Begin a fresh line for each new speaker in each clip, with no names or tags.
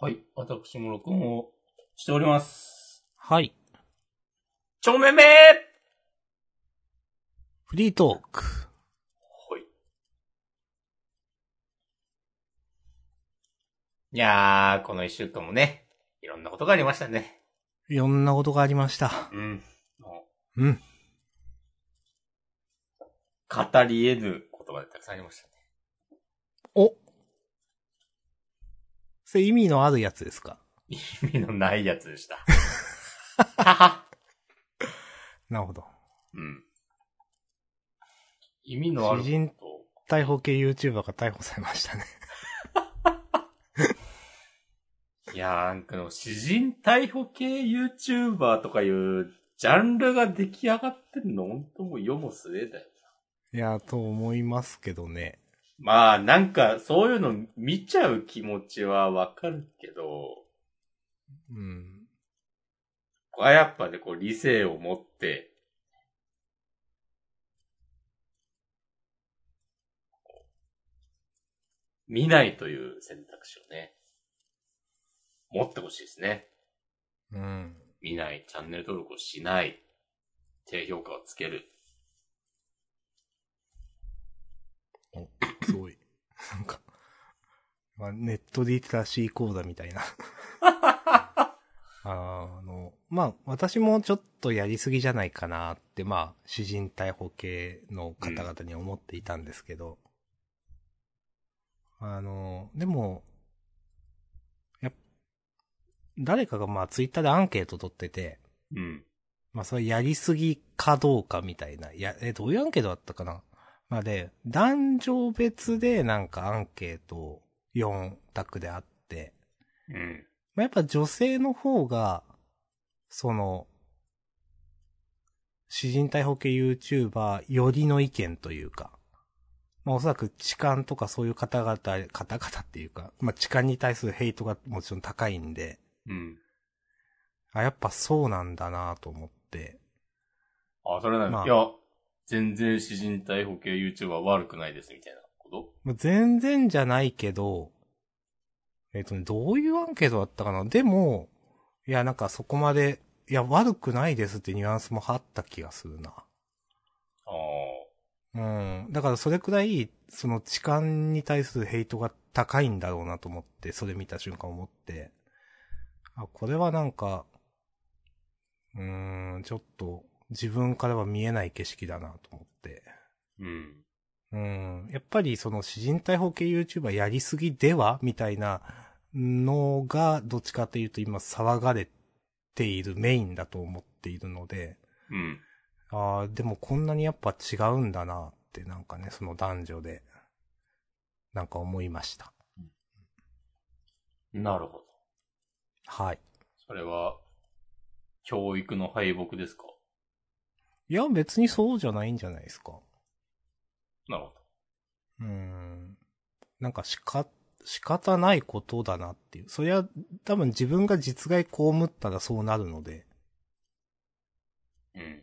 はい。私も録音をしております。
はい。
ちょめめはい。
フリートーク。
いやー、この一週間もね、いろんなことがありましたね。
いろんなことがありました。
うん。も
うん。
う語り得ぬことがたくさんありましたね。
お。それ意味のあるやつですか
意味のないやつでした。はは。
なるほど。
うん。意味のある
詩人
こ
逮捕系 YouTuber が逮捕されましたね。
と。いやー、なんかの、詩人逮捕系 YouTuber とかいうジャンルが出来上がってるの、ほんともう世も末だよ。
いや、と思いますけどね。
まあ、なんか、そういうの見ちゃう気持ちはわかるけど、
うん。
ここはやっぱね、こう、理性を持って、見ないという選択肢をね、持ってほしいですね。
うん。
見ない、チャンネル登録をしない、低評価をつける。
すごい。なんか、まあ、ネットリテラシー講座みたいな。あの、まあ、私もちょっとやりすぎじゃないかなって、まあ、詩人逮捕系の方々に思っていたんですけど、あの、でも、やっ誰かがまあ、ツイッターでアンケート取ってて、
うん。
まあ、それやりすぎかどうかみたいな。いや、え、どういうアンケートだったかなまあ、で、男女別でなんかアンケート4択であって、
うん。
まあ、やっぱ女性の方が、その、詩人逮捕系 YouTuber よりの意見というか、まあ、おそらく痴漢とかそういう方々、方々っていうか、まあ、痴漢に対するヘイトがもちろん高いんで、
うん。
あ、やっぱそうなんだなと思って、
あ、それなの、
まあ
いや、全然詩人逮捕系 YouTuber は悪くないです、みたいなこと
まあ全然じゃないけど、えっ、とね、どういうアンケートだったかなでも、いや、なんかそこまで、いや、悪くないですってニュアンスもあった気がするな。
あ
うん。だからそれくらい、その痴漢に対するヘイトが高いんだろうなと思って、それ見た瞬間思って、あ、これはなんか、うーん、ちょっと自分からは見えない景色だなと思って。
ーうん。
うん。やっぱりその詩人逮捕系 YouTuber やりすぎではみたいなのが、どっちかというと今騒がれているメインだと思っているので、
うん。
ああ、でもこんなにやっぱ違うんだなってなんかね、その男女で、なんか思いました。
なるほど。
はい。
それは、教育の敗北ですか
いや、別にそうじゃないんじゃないですか。
なるほ
うーん。なんかしか、仕方ないことだなっていう。そりゃ、多分自分が実害被ったらそうなるので、
ど。うん。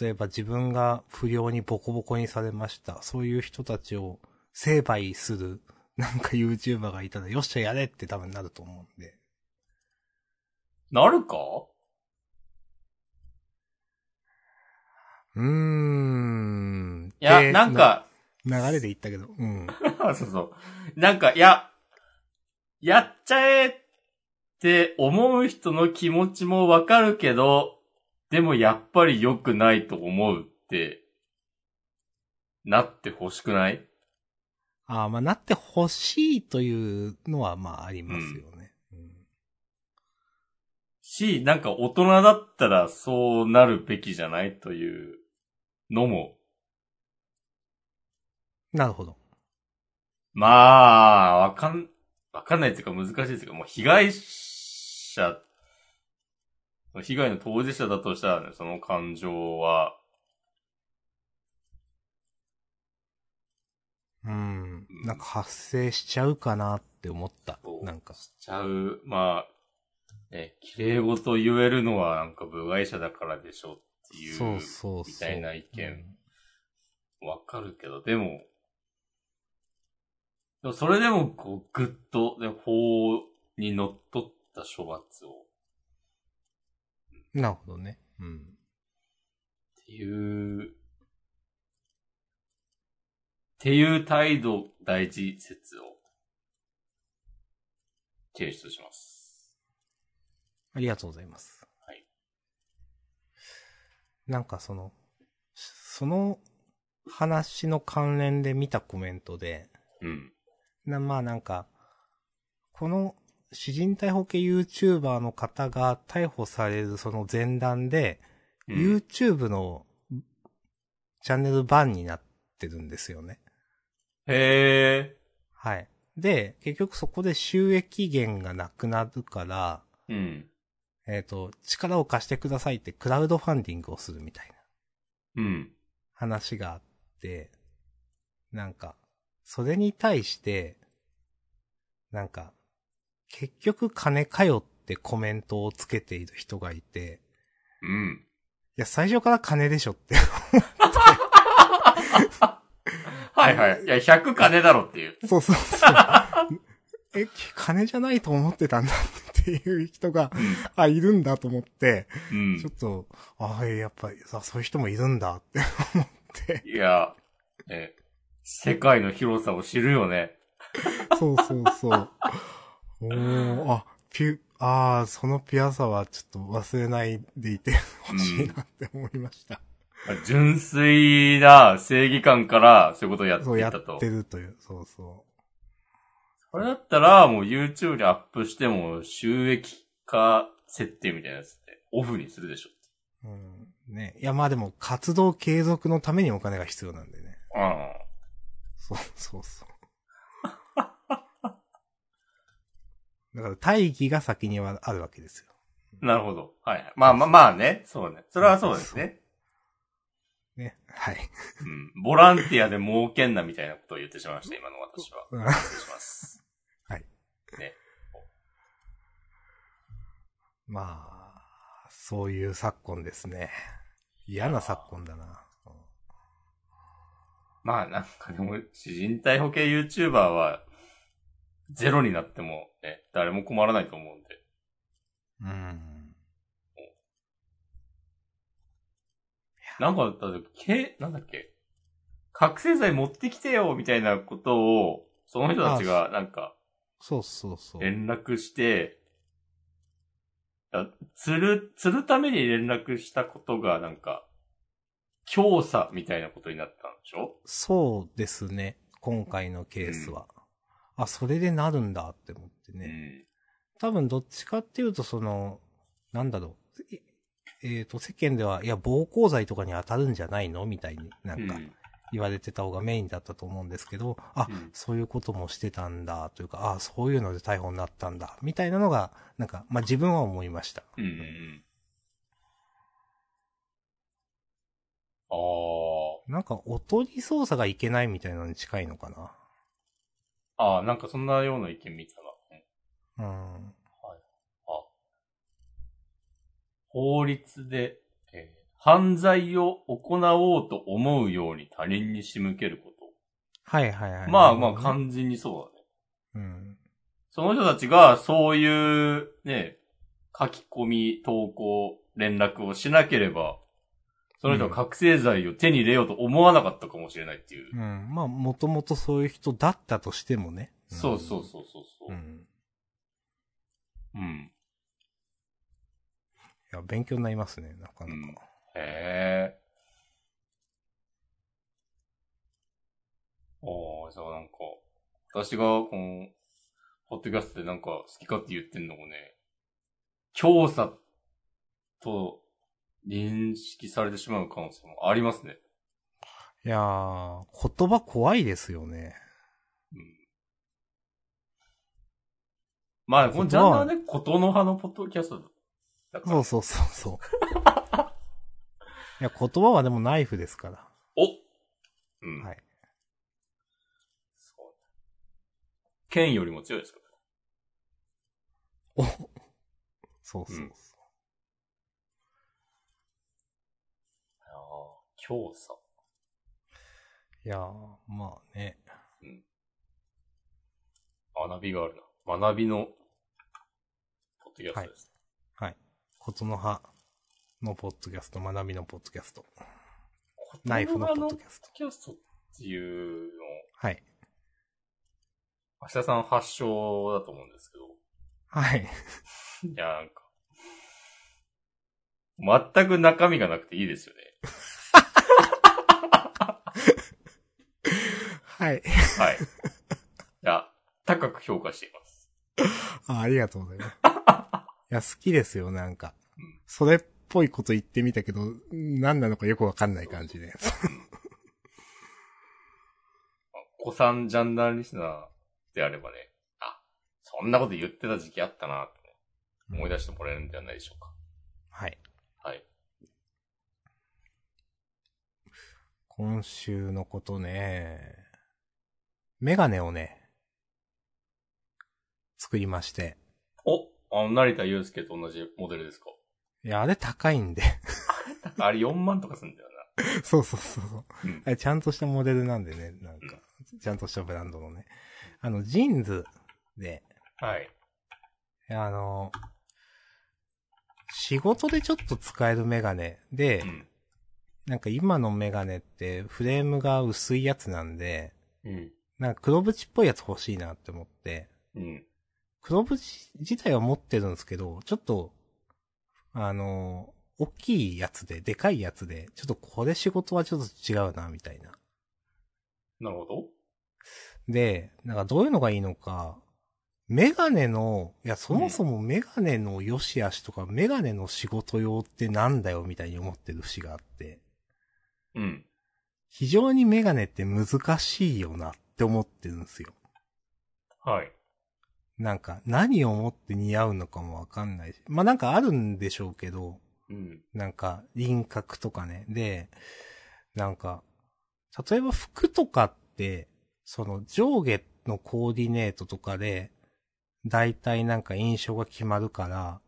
例えば自分が不良にボコボコにされました。そういう人たちを成敗する、 なんか YouTuber がいたら、よっしゃやれって多分なると思うんで。
なるか
うーん。
いや、
で
なん、か、
流れで言ったけど、うん。
そうそう。なんか、いや、やっちゃえって思う人の気持ちもわかるけど、でもやっぱり良くないと思うって、なってほしくない
ああ、まあ、なってほしいというのは、まあ、ありますよね。うん
し、なんか大人だったらそうなるべきじゃないというのも、
なるほど。
まあ、わかん、わかんないっていうか難しいですけど、もう被害者、被害の当事者だとしたらね、その感情は、
うん。なんか発生しちゃうかなって思った
そ。う
なんか。
しちゃう、まあ、ね、綺麗事言えるのはなんか部外者だからでしょっていう、
そうそうそう。
みたいな意見
うん
わかるけど、でも、でもそれでもこう、ぐっと、ね、法に乗っ取った処罰を、
なるほどね。うん。
っていう、っていう態度大事説を、提出します。
ありがとうございます。
はい。
なんかその、その話の関連で見たコメントで、
うん。
なまあなんか、この、詩人逮捕系 YouTuber の方が逮捕されるその前段で、
うん
YouTube のチャンネルバンになってるんですよね。
へ
はい。で、結局そこで収益源がなくなるから、
え。うん。
えっ、と、力を貸してくださいってクラウドファンディングをするみたいな
うん。
話があって、なんか、それに対して、なんか、結局金かよってコメントをつけている人がいて、
うん。
いや、最初から金でしょって。
はいはい。いや、100金だろっていう。
そうそうそう。え、金じゃないと思ってたんだっていう人が、あ、いるんだと思って、
うん
ちょっと、ああ、やっぱりさ、そういう人もいるんだって思って、
いや、ね、世界の広さを知るよね。
そうそうそう。おー、あ、ピュ、ああ、そのピュアさはちょっと忘れないでいてほしいなって思いました。
純粋な正義感からそういうことをやって
そうや
い
った
と
て。るという、そうそ
これだったら、もう YouTube にアップしても収益化設定みたいなやつってオフにするでしょ。
う。うん。ね。いや、まあでも、活動継続のためにお金が必要なんでね。
うん。
そうそうそう。だから、大義が先にはあるわけですよ。
なるほど。はい。まあまあまあね。そうね。それはそうですね。
ね。はい。
うん。ボランティアで儲けんなみたいなことを言ってしまいました、今の私は。
うん
します。
はい。
ね。
まあ、そういう昨今ですね。嫌な昨今だな。うん
まあなんかでも、詩人逮捕系 YouTuber は、ゼロになってもね、誰も困らないと思うんで。
うん。
なんか、だって、け、なんだっけ、覚醒剤持ってきてよみたいなことを、その人たちがなんか、
そうそうそう。
連絡して、あ釣る、釣るために連絡したことがなんか、強さみたいなことになったんでしょ
そうですね。今回のケースは。あ、それでなるんだって思ってね。多分どっちかっていうと、その、なんだろう。いえっ、と、世間では、いや、暴行罪とかに当たるんじゃないのみたいにな
うんん。
か言われてた方がメインだったと思うんですけど、あ、
うん
そういうこともしてたんだ、というか、あ、そういうので逮捕になったんだ、みたいなのが、なんか、まあ、自分は思いました。
うん。うんうんうん。ああ。
なんか、おとり捜査がいけないみたいなのに近いのか
ああ、なんかそんなような意見見たな。うん
な。うん。
法律で、えー犯罪を行おうと思うように他人に仕向けるこ
はいはいは
と。
い。
まあまあ
かん
完全にそうだね。
うん。
その人たちがそういうね、書き込み、投稿、連絡をしなければ、その人は覚醒剤を手に入れようと思わなかったかもしれないっていう。
うん。まあ、もともとそういう人だったとしてもね。ん
そうそうそうそうそうう。
ん。
うん。
いや、勉強になりますね、なかなか。
うんへえ。おー、じゃあなんか、私がこの、ポッドキャストでなんか好き勝手言ってんのもね、強さと認識されてしまう可能性もありますね。
いやー、言葉怖いですよね。
まあ、このジャンルはね、ことの葉のポッドキャストだから。
そうそうそうそう。いや、言葉はでもナイフですから。
おうん。
はい。
そう。剣よりも強いですか
おそうそうそう。
うんら。ああ、強さ。
いやー、まあね。
学びがあるな。学びのッドキャストです。
はい。ことの葉のポッドキャスト、学びのポッドキャスト、ナ
ナ
イ
イ
フ
フ
の
の
ポ
ポ
ッ
ッ
ド
ド
キ
キャ
ャスト。
ストっていうの
はい。
明日さん発祥だと思うんですけど。
はい。
いや、なんか。全く中身がなくていいですよね。
は
は
い。
い。いや、高く評価しています。
あありがとうござい ます。いや、好きですよ、なんか
うん。
それっぽいこと言ってみたけど、何なのかよくわかんない感じで。
お子さんジャンダーリスナーであればね、あ、そんなこと言ってた時期あったなってね、思い出してもらえるんじゃないでしょうか。
はい。
はい。
今週のことね、メガネをね、作りまして。
お、あの、成田祐介と同じモデルです か
いや、あれ高いんで。
あれ4万とかするんだよ
そうそうそうそう。
な。うん。
あれちゃんとしたモデルなんでね、なんか、ちゃんとしたブランドのね。あの、ジーンズで、
はい。
あの、仕事でちょっと使えるメガネで
う、ん。
なんか今のメガネってフレームが薄いやつなんで、
うん。
なんか黒縁っぽいやつ欲しいなって思って、
うん。
黒縁自体は持ってるんですけど、ちょっと、あの、大きいやつで、でかいやつで、ちょっとこれ仕事はちょっと違うな、みたいな。
なるほど。
で、なんかどういうのがいいのか、メガネの、いや、そもそもメガネの良し悪しとか、メガネの仕事用ってなんだよみたいに思ってる節があって、
うん。
非常にメガネって難しいよなって思ってるんですよ。
はい。
なんか、何をもって似合うのかもわかんないし。まあ、なんかあるんでしょうけど、
うん。
なんか、輪郭とかね。で、なんか、例えば服とかって、その上下のコーディネートとかで、だいたいなんか印象が決まるから、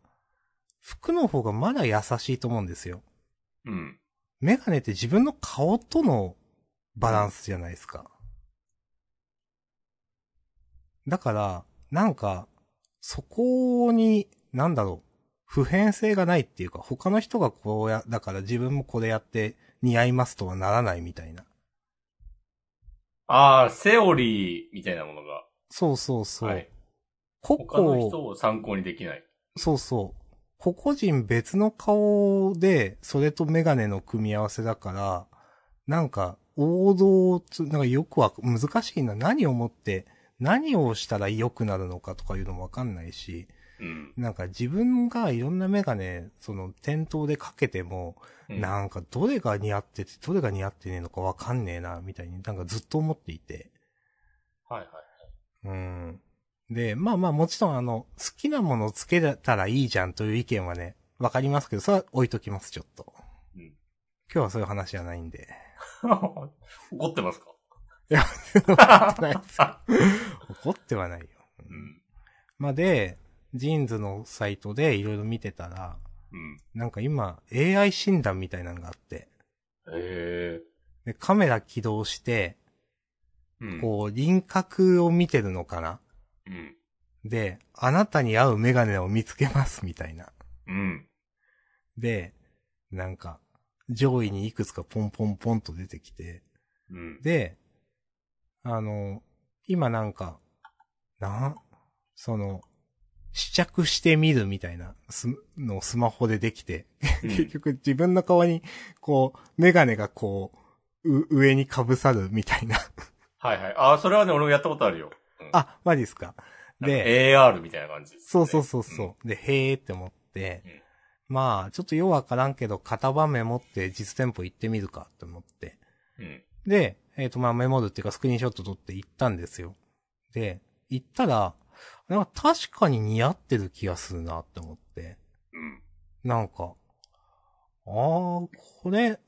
服の方がまだ優しいと思うんですよ。
うん。
メガネって自分の顔とのバランスじゃないですか。だから、なんか、そこに、なんだろう、普遍性がないっていうか、他の人がこうや、だから自分もこれやって似合いますとはならないみたいな。
ああ、セオリーみたいなものが。
そうそうそう。
はい。
個
他の
々
人を参考にできない。
そうそう。個々人別の顔で、それとメガネの組み合わせだから、なんか、王道つ、なんかよくは難しいな。何をもって、何をしたら良くなるのかとかいうのもわかんないし、
うん。
なんか自分がいろんなメガネ、その店頭でかけても、
うん
なんかどれが似合ってて、どれが似合ってねえのかわかんねえな、みたいになんかずっと思っていて。
はい はい。
うん。で、まあまあもちろんあの、好きなものをつけたらいいじゃんという意見はね、わかりますけど、それは置いときます、ちょっと。
うん
今日はそういう話じゃないん で。
怒ってますか
怒ってないですよ怒ってはないよ。
うん。
まあで、ジーンズのサイトでいろいろ見てたら、
うん。
なんか今、AI 診断みたいなのがあって、
へえ。
で、カメラ起動して、
うん。
こう、輪郭を見てるのかな
うん。
で、あなたに合うメガネを見つけます、みたいな。
うん。
で、なんか、上位にいくつかポンポンポンと出てきて、
うん。
で、あの、今なんか、な、その、試着してみるみたいな、す、のをスマホでできて、
うん
結局自分の顔に、こう、メガネがこう、う上に被さるみたいな。
はいはい。ああ、それはね、俺もやったことあるよ。うん、
あ、マジですか。
なんか
で、
AR みたいな感じです、ね。
そうそうそうそう。で、へーって思って、
うん
まあ、ちょっとようわからんけど、型番メモって実店舗行ってみるかと思って。
うん。うん。
で、えっ、と、まあメモるっていうかスクリーンショット撮って行ったんですよ。で、行ったら、なんか確かに似合ってる気がするなって思って。
うん。
なんか、あー、これ、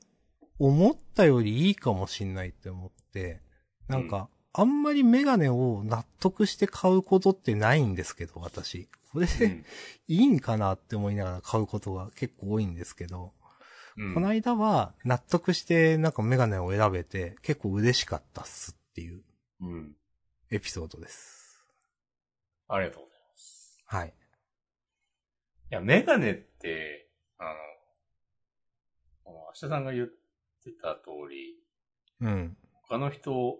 思ったよりいいかもしんないって思って、なんか、あんまりメガネを納得して買うことってないんですけど、私。これ
う
で
ん
いいんかなって思いながら買うことが結構多いんですけど、
うん
この間は納得してなんかメガネを選べて結構嬉しかったっすっていう
うん。
エピソードです。
ありがとうございます。
はい。
や、メガネって、あの、この明日さんが言ってた通り、
うん。
他の人を、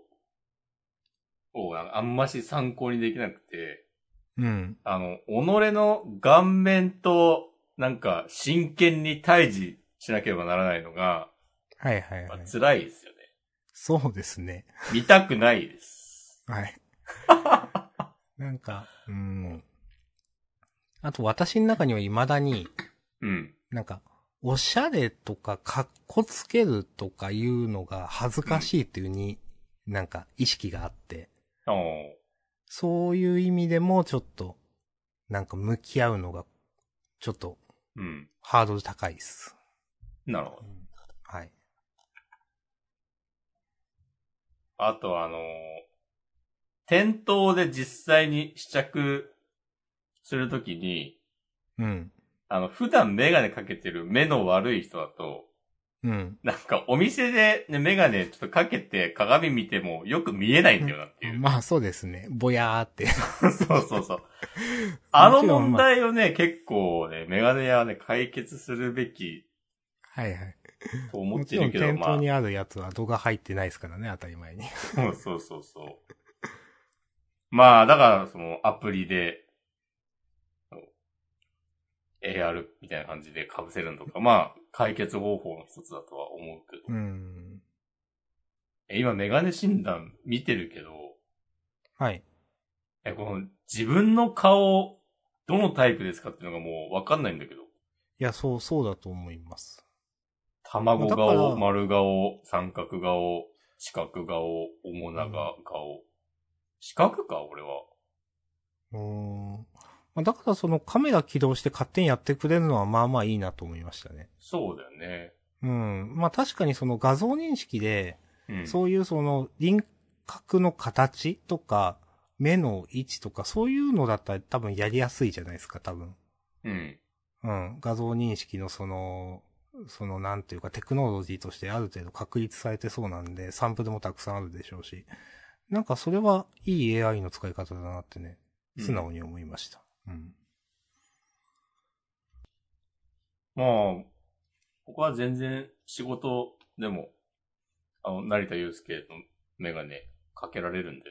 あんまし参考にできなくて、
うん。
あの、己の顔面と、なんか、真剣に対峙しなければならないのが、
はいはい
ま
は
あ
い。
辛いですよね。
そうですね。
見たくないです。
はい。 なんか、うん。あと私の中には未だに、
うん。
なんか、おしゃれとか、かっこつけるとかいうのが恥ずかしいっていうに、なんか意識があって、
あの
そういう意味でもちょっと、なんか向き合うのが、ちょっと
うん。
ハードル高いです。
なるほど。
はい。
あとあの、店頭で実際に試着するときに、
うん。
あの、普段メガネかけてる目の悪い人だと、
うん。
なんかお店でね、メガネちょっとかけて鏡見てもよく見えないんだよなっていう。
まあそうですね。ぼやーって。
そうそうそう。あの問題をね、結構ね、メガネ屋はね、解決するべき
はいはい。
と思
も
って
ちろ
る
ん
けど、
店
ま
頭
あ、
にあるやつは度が入ってないですからね、当たり前に。
そうそうそうそう。まあ、だから、その、アプリで、AR みたいな感じで被せるのとか、まあ、解決方法の一つだとは思うけど。
うん。
え今、メガネ診断見てるけど、
はい。
え、この、自分の顔、どのタイプですかっていうのがもうわかんないんだけど。
いや、そう、そうだと思います。
卵
だから
顔、丸顔、三角顔、四角顔、面長顔。四角か俺は。
うーん。まあ、だからそのカメラ起動して勝手にやってくれるのはまあまあいいなと思いましたね。
そうだよね。
うん。まあ確かにその画像認識で、
うん。
そういうその輪郭の形とか、目の位置とか、そういうのだったら多分やりやすいじゃないですか、多分。
うん。
うん。画像認識のその、そのなんていうかテクノロジーとしてある程度確立されてそうなんで、サンプルもたくさんあるでしょうし。なんかそれはいい AI の使い方だなってね、素直に思いました。うん。
まあ、ここは全然仕事でも、あの、成田祐介のメガネかけられるんで。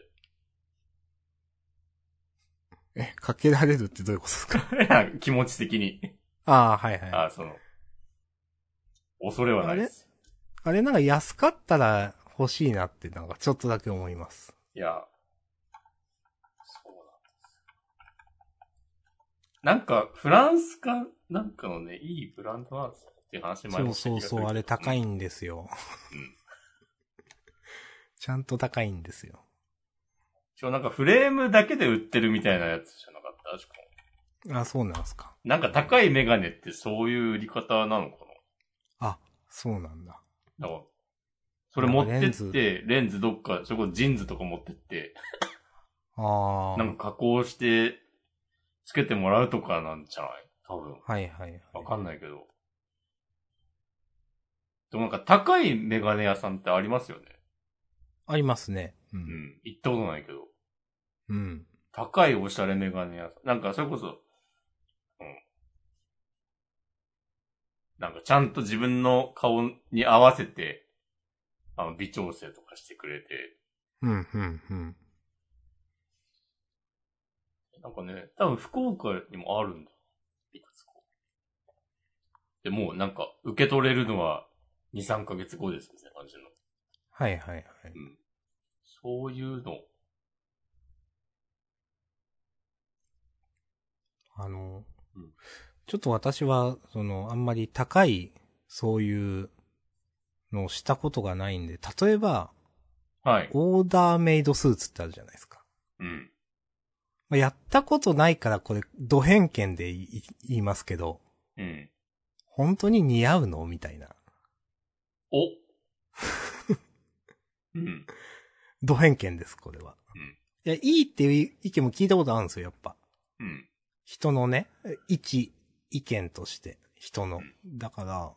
え、かけられるってどういうことですか
いや 気持ち的に。
ああ、はいはい。あ
あその、恐れはないです。
れなんか安かったら欲しいなってなんかちょっとだけ思います。
いや、そうなんです。なんか、フランスか、なんかのね、いいブランドなんですよっていう話前
そ
も
う
した気
そう
がするけど
そう、あれ高い。んですよ。
うん
ちゃんと高いんですよ。
しかもなんかフレームだけで売ってるみたいなやつじゃなかった確か
あ、そうなんですか。
なんか高いメガネってそういう売り方なのか
あ、そうなんだ。
なだから、それ持って
レン
っ
ズ
て、レンズどっか、それこそジーンズとか持ってって、
ああ。
なんか加工して、つけてもらうとかなんじゃない多分。
はいはいはい。
わかんないけど。でもなんか高いメガネ屋さんってありますよね。
ありますね。う。
うんん。行ったことないけど。
うん。
高いおしゃれメガネ屋さん。なんかそれこそ、うん。なんかちゃんと自分の顔に合わせて、あの、微調整とかしてくれて。
うん、うん、うん。
なんかね、多分福岡にもあるんだよ。いくつか。で、もうなんか受け取れるのは2、3ヶ月後ですみたいな感じの。
はいはいはい。
そういうの。
あの
うん、
ちょっと私は、その、あんまり高い、そういうのをしたことがないんで、例えば、
はい。
オーダーメイドスーツってあるじゃないですか。
うん。
まあやったことないから、これ、ド偏見で言い言いますけど、
うん。
本当に似合うのみたいな。
お うん。
ド偏見です、これは。
うん
いや、いいっていう意見も聞いたことあるんですよ、やっぱ。
うん。
人のね、一意見として、人の
ん。
だから、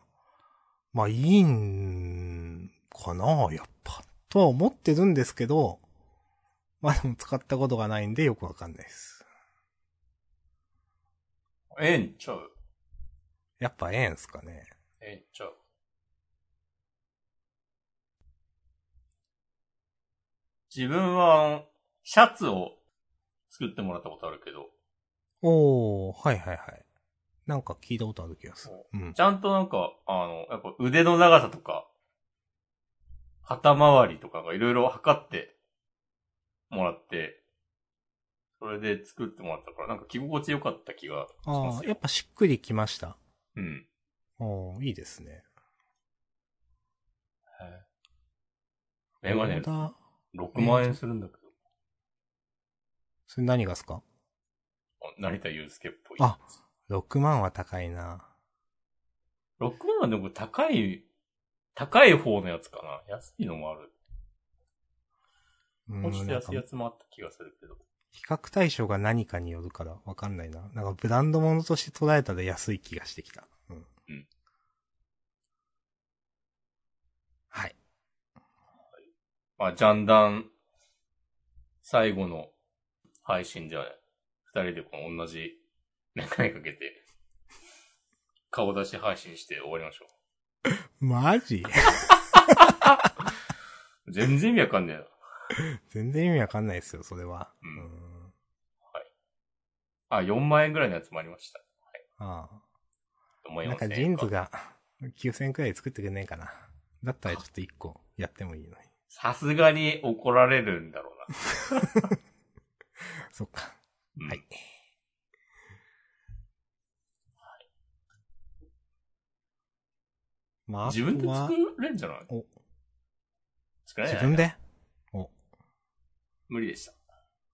まあいいんかな、やっぱ。とは思ってるんですけど、まあでも使ったことがないんでよくわかんないです。
ええんちゃう。
やっぱええんすかね。
ええんちゃう。自分は、シャツを作ってもらったことあるけど、
おー、はいはいはい。なんか聞いたことある気がする。うん。
ちゃんとなんか、あの、やっぱ腕の長さとか、肩周りとかがいろいろ測ってもらって、それで作ってもらったから、なんか着心地良かった気がしま
あ
す
あ、
よ。
やっぱしっくりきました。
うん。
おー、いいですね。
メガネ
オーダー
6万円するんだけど、
それ何がっすか
成田祐介っぽい。
あ ?6 万は高いな。
6万はでも高い、高い方のやつかな。安いのもある。
う
もうちょっ
ん、
と
なん
安
か
いやつもあった気がするけど。
比較対象が何かによるからわかんないな。なんかブランド物として捉えたら安い気がしてきた。うん。
うん
はい。
まあ、ジャンダン、最後の配信では、ね、二人でこの同じメガネかけて、顔出し配信して終わりましょ
マジ
う。全然意味わかんねえな。
全然意味わかんないですよ、それは。
う
うんん。
あ、4万円ぐらいのやつもありました。
あ
思
あ。
い
なん
ま
か
せ
ジーンズが9000円くらい作ってくんねえかな。だったらちょっと1個やってもいいのに。
さすがに怒られるんだろう
そっか。
な。うん
はい。まあ、
自分で
あ
作
とは
れんじゃない
お
作れない
自分 で
無理でした。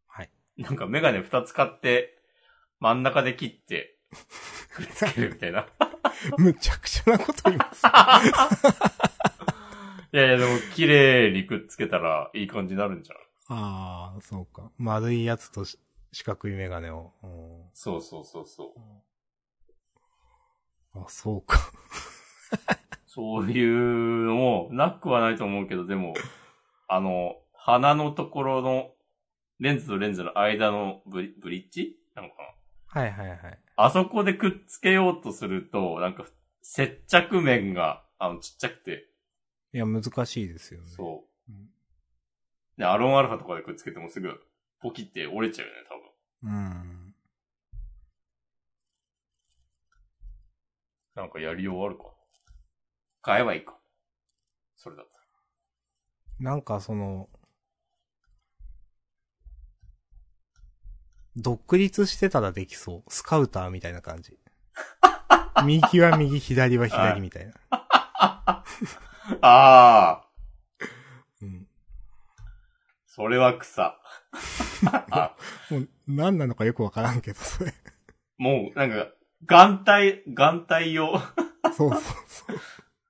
はい。
なんかメガネ2つ買って、真ん中で切って、くっつけるみたいな。
むちゃくちゃなこと言います。
いやいや、でも、綺麗にくっつけたら、いい感じになるんじゃん。
ああ、そうか。丸いやつとし四角いメガネを。う
そうそうそうそう。
ん、あ、そうか。
そういうのも、なくはないと思うけど、でも、あの、鼻のところの、レンズとレンズの間のブリブリッジなのか
はいはいはい。
なあそこでくっつけようとすると、なんか、接着面が、あの、ちっちゃくて、
いや、難しいですよね。
そうう。で、アロンアルファとかでくっつけてもすぐ、ポキって折れちゃうよね、多分。
ん。うん。
なんかやりようあるか。買えばいいか。それだったら。
なんかその、独立してたらできそう。スカウターみたいな感じ。右は右、左は左みたいな。
ああ
うん。
それは草。
もう、何なのかよくわからんけど、それ。
もう、なんか、眼帯、眼帯を、
そうそうそう。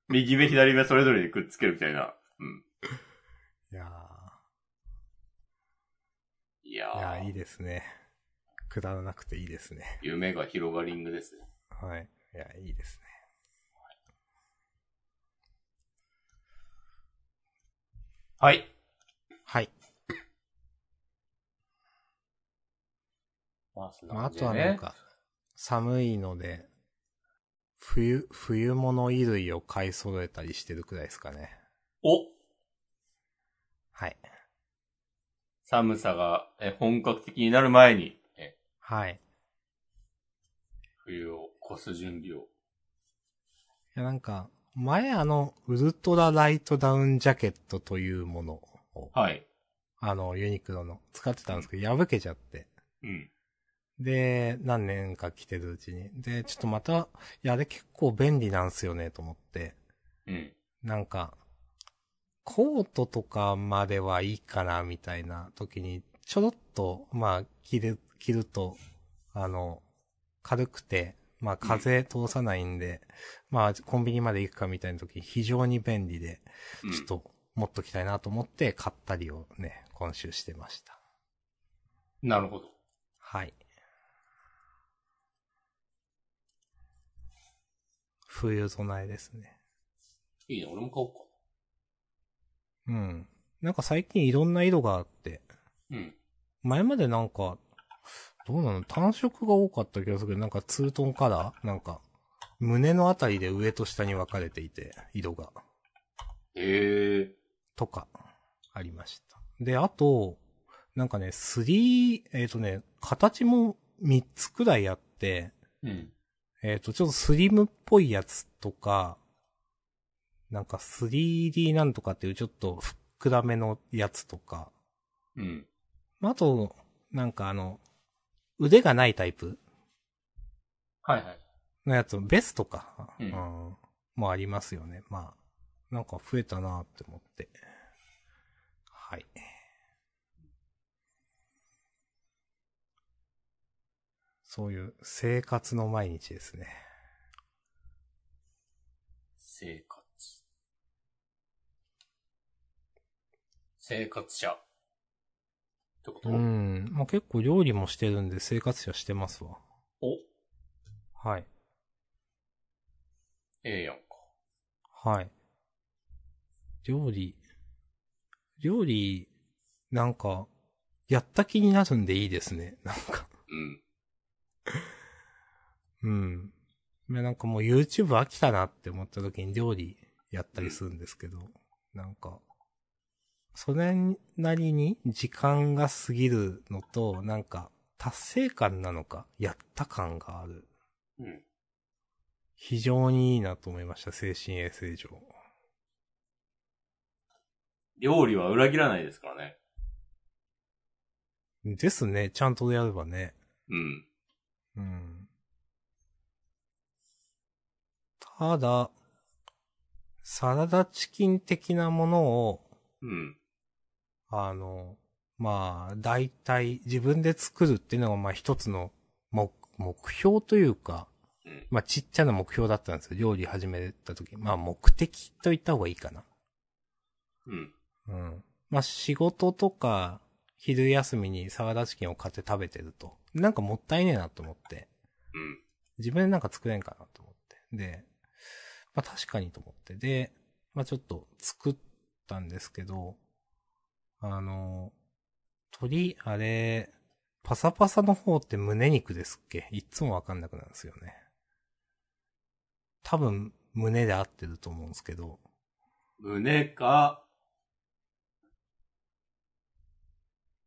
右目左目それぞれにくっつけるみたいな。
いや
いや
ー、いや
ー、
ーいいですね。くだらなくていいですね。
夢が広がりングですね。
はい。いや、いいですね。
はい。
はい。
まあ、そんな
まあ、あ
感じ
と
でね
はなん。か、寒いので、冬、冬物衣類を買い揃えたりしてるくらいですかね。
お
はい。
寒さがえ本格的になる前に、え
はい。
冬を越す準備を。
いや、なんか、前あの、ウルトラライトダウンジャケットというものを、
はい。
あの、ユニクロの使ってたんですけど、破けちゃって。
うん。
で、何年か着てるうちに。で、ちょっとまた、いや、あれ結構便利なんすよね、と思って。
うん。
なんか、コートとかまではいいかな、みたいな時に、ちょろっと、まあ、着る、着ると、あの、軽くて、まあ、風通さないんで、まあ、コンビニまで行くかみたいな時、非常に便利で、
うん
ちょっと、持っときたいなと思って、買ったりをね、今週してました。
なるほど。
はい。冬備えですね。
いいね、俺も買おうか。
うん。なんか最近いろんな色があって、
うん。
前までなんか、どうなの単色が多かった気がするけど、なんかツートンカラーなんか、胸のあたりで上と下に分かれていて、色が。
ええ
とか、ありました。で、あと、なんかね、3、えっ、とね、形も3つくらいあって、
うん。
えっ、と、ちょっとスリムっぽいやつとか、なんか 3D なんとかっていうちょっとふっくらめのやつとか、
うん。
まああと、なんかあの、腕がないタイプ
はいはい。
のやつ、ベストか。
うん
んもありますよね。まあ、なんか増えたなって思って。はい。そういう生活の毎日ですね。
生活。生活者。ってこと、
うん。まあ結構料理もしてるんで生活者してますわ。
お、
はい。
ええやんか。
はい。料理。料理、なんか、やった気になるんでいいですね。なんか。
うん。
うん。いやなんかもう YouTube 飽きたなって思った時に料理やったりするんですけど、なんか、それなりに時間が過ぎるのと、なんか、達成感なのか、やった感がある。
うん。
非常にいいなと思いました、精神衛生上。
料理は裏切らないですからね。
ですね、ちゃんとやればね。
うん。
うん。ただ、サラダチキン的なものを、
うん。
あの、まあ、大体自分で作るっていうのが、まあ一つの目、目標というか、
うん。
まあちっちゃな目標だったんですよ。料理始めた時。まあ目的と言った方がいいかな。
うん。
うん。まあ仕事とか、昼休みにサラダチキンを買って食べてると。なんかもったいねえなと思って。
うん。
自分でなんか作れんかなと思って。で、まあ確かにと思って。で、まあちょっと作ったんですけど、あの、鳥、あれ、パサパサの方って胸肉ですっけいっつもわかんなくなるんですよね。多分、胸で合ってると思うんですけど、
胸か、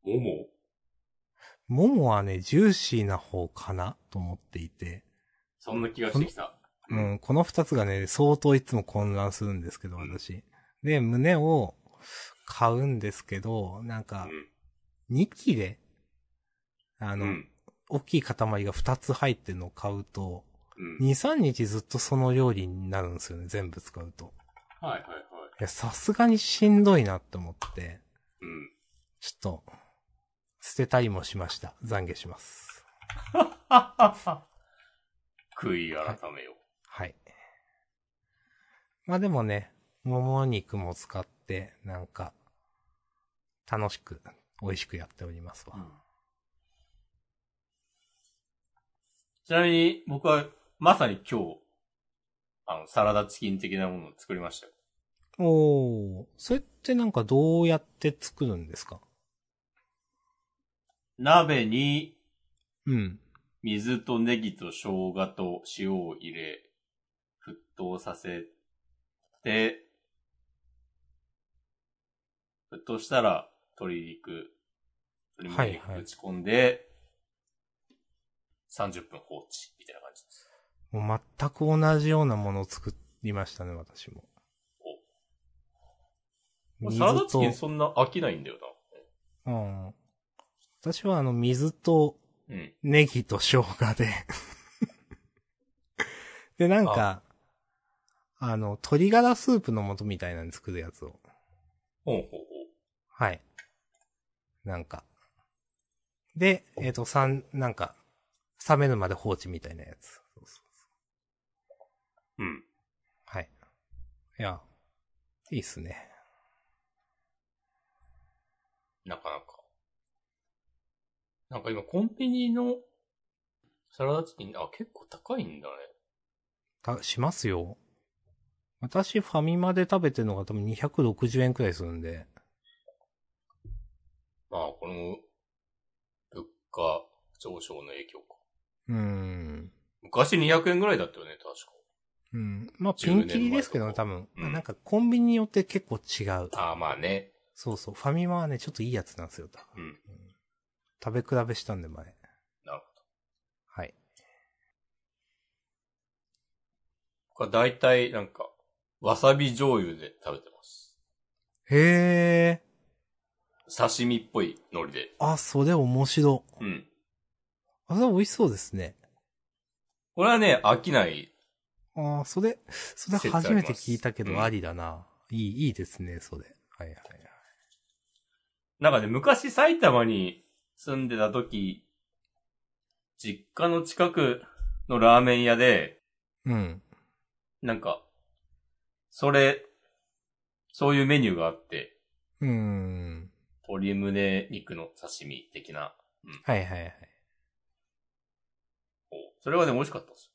もも
ももはね、ジューシーな方かなと思っていて、
そんな気がしてきた。
う。ん、この二つがね、相当いつも混乱するんですけど、
うん
私。で、胸を買うんですけど、なん
う
か、
ん。
2切れあ
う
の、
ん。
大きい塊が2つ入ってるのを買うと、
うん。
2、3日ずっとその料理になるんですよね、全部使うと。
はいはいはい。
いや、さすがにしんどいなって思って、
うん。
ちょっと、捨てたりもしました。懺悔します。
悔い改めよ
はい。まあでもね、もも肉も使って、なんか、楽しく、美味しくやっております
う。
わ。
ちなみに、僕は、まさに今日、あの、サラダチキン的なものを作りましたよ。
おー、それってなんかどうやって作るんですか
鍋に、
うん。
水とネギと生姜と塩を入れ、沸騰させて、沸騰したら鶏肉、鶏もも
はいはい
肉ぶち込んで、30分放置、みたいな感じです。
もう全く同じようなものを作りましたね、私も。
サラダチキン
水と、
そんな飽きないんだよ
うん。私はあの、水と
な。うん。
ネギと生姜で。 で、なんか、あの、鶏ガラスープの素みたいなの作るやつを。
ほうほうほう。
はい。なんか。で、えっ、と、三、なんか、冷めるまで放置みたいなやつ。そうそう
うん。
はい。いや、いいっすね。
なかなか。なんか今、コンビニのサラダチキン、あ、結構高いんだね。
た、しますよ。私、ファミマで食べてるのが多分260円くらいするんで。
まあ、この、物価上昇の影響か。
うん。
昔200円ぐらいだったよね、確か。
うん。まあ、
10
ピンキリですけどね、
年前
多分。
うん
なんか、コンビニによって結構違う。
ああ、まあね。
そうそう。ファミマはね、ちょっといいやつなんですよ、多
う
分。
ん。
食べ比べしたんで、前。
なるほ
はい。
ど。僕は大体なんか、わさび醤油で食べてます。
へえ。
刺身っぽい海苔で。
あ、それ面白。
うん。
あ、それ美味しそうですね。
これはね、飽きない。
ああ、それ、そ
説あ
れ
ります
初めて聞いたけ
うん
ど、ありだな。いい、いいですね、それ。はいはいはい。
なんかね、昔埼玉に住んでた時、実家の近くのラーメン屋で、
うん。
なんか、それ、そういうメニューがあって、
うーん。
鶏胸肉の刺身的な。
はいはいはい。
こうそれはね、美味しかったですよ。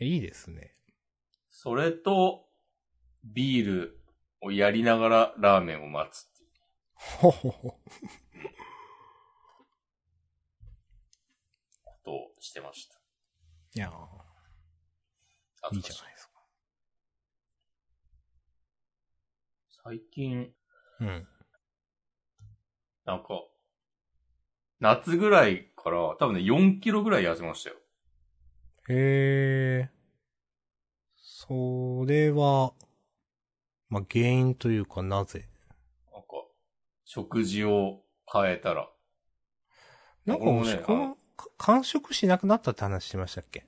えいいですね。
それと、ビールをやりながらラーメンを待つっていう。
ほほほ。
ことをしてました。
いや
あ
ー
と
いいじゃないですか。
最近、
うん。
なんか、夏ぐらいから、多分ね、4キロぐらい痩せましたよ。
へえ。それは、まあ、原因というかなぜ。
なんか、食事を変えたら。
なんか
俺も
も
ね
しこ
あ
の、か完食しなくなったって話しましたっけ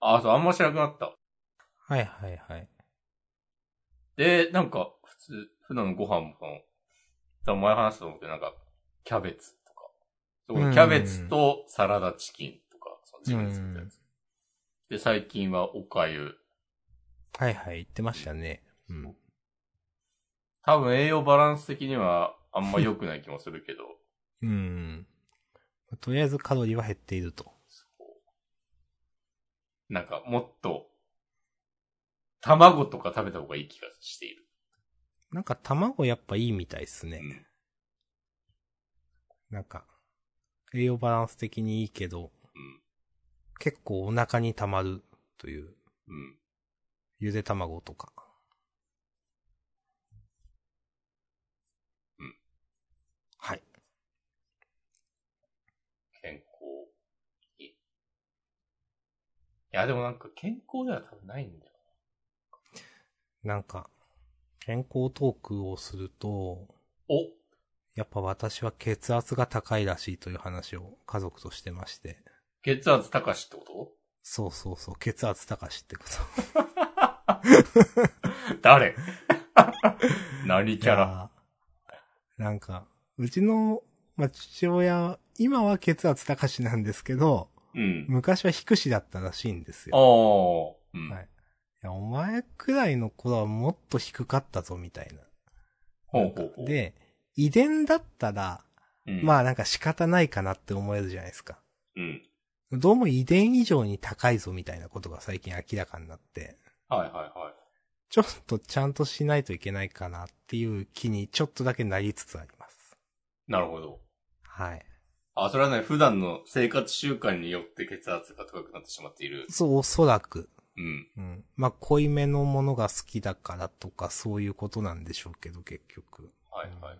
あ、そう、あんましなくなった。
はいはいはい。
で、なんか、普通、普段のご飯も、多分前話したと思うけど、なんか、キャベツとか。そこにキャベツとサラダチキンとか、その自分で作ったやつ。で、最近はおかゆ。
はいはい、言ってましたね。うん。
多分栄養バランス的にはあんま良くない気もするけど。
うん。とりあえずカロリーは減っていると。
そうなんか、もっと、卵とか食べた方がいい気がしている。
なんか卵やっぱいいみたいですね。なんか、栄養バランス的にいいけど、
うん
結構お腹に溜まるという、
うん。
ゆで卵とか。
うん。
はい。
健康に。いや、でもなんか健康では多分ないんだよ。
なんか、健康トークをすると、
お
やっぱ私は血圧が高いらしいという話を家族としてまして。
血圧高しってこ
そうそうそう、血圧高しってこと。
と 誰何キャ
い
ラ
やーなんか、うちの、まあ、父親、今は血圧高しなんですけど、
うん。
昔は低しだったらしいんです
あ
よ。
あ。うん。
はいいやお前くらいの頃はもっと低かったぞ、みたい
ほう
な。
ほうほう。、
で、遺伝だったら、
うん、
まあなんか仕方ないかなって思えるじゃないですか。
うん。
どうも遺伝以上に高いぞみたいなことが最近明らかになって、
はいはいはい。
ちょっとちゃんとしないといけないかなっていう気にちょっとだけなりつつあります。
なるほど。
はい。
あ、それはね、普段の生活習慣によって血圧が高くなってしまっている。
そう、おそらく。
うん。
うん。まあ、濃いめのものが好きだからとか、そういうことなんでしょうけど、結局。
はいはいはい。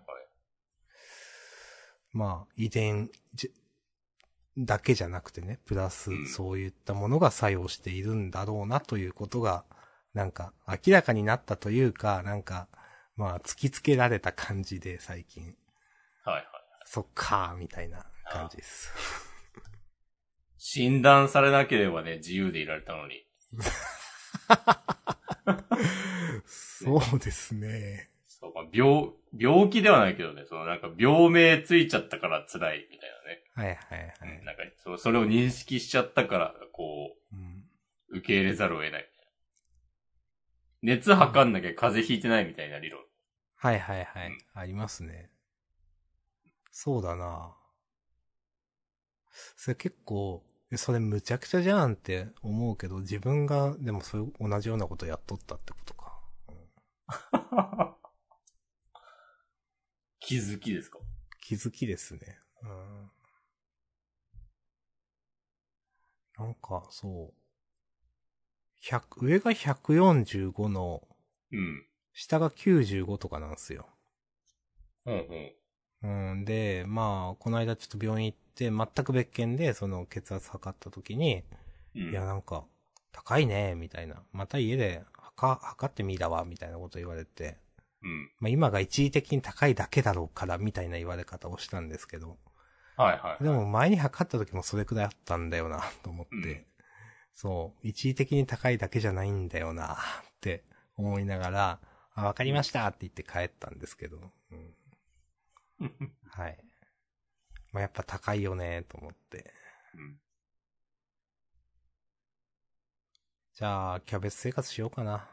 まあ、遺伝じだけじゃなくてね、プラス
うん
そういったものが作用しているんだろうなということが、なんか、明らかになったというか、なんか、まあ、突きつけられた感じで、最近。
はいはい。
そっかー、みたいな感じです。
診断されなければね、自由でいられたのに。
そうですね。
そう、まあ、病、病気ではないけどね、そのなんか病名ついちゃったから辛いみたい
はいはいはい。
なね。なんかそ、それを認識しちゃったから、こ
うん
う、受け入れざるを得ない。熱測んなきゃ風邪ひいてないみたいな理論。
はいはいはい。
うん
ありますね。そうだなそれ結構、えそれむちゃくちゃじゃんって思うけど、自分が、でもそういう同じようなことやっとったってことか。
気づきですか
気づきですね。うん。なんか、そう。100上が145の、
うん。
下が95とかなんですよ。
うんうん。
うん、で、まあ、この間ちょっと病院行って、全く別件で、その血圧測った時に、
うん。
いや、なんか、高いね、みたいな。また家で、はか、測ってみだわ、みたいなこと言われて。
うん。
まあ、今が一時的に高いだけだろうから、みたいな言われ方をしたんですけど。
はいはい。
でも、前に測った時もそれくらいあったんだよな、 と思って。
うん
そう、一時的に高いだけじゃないんだよな、って思いながら、あ、わかりましたって言って帰ったんですけど。うん、
うん
はい。まあ、やっぱ高いよね、と思って。じゃあ、キャベツ生活しようかな。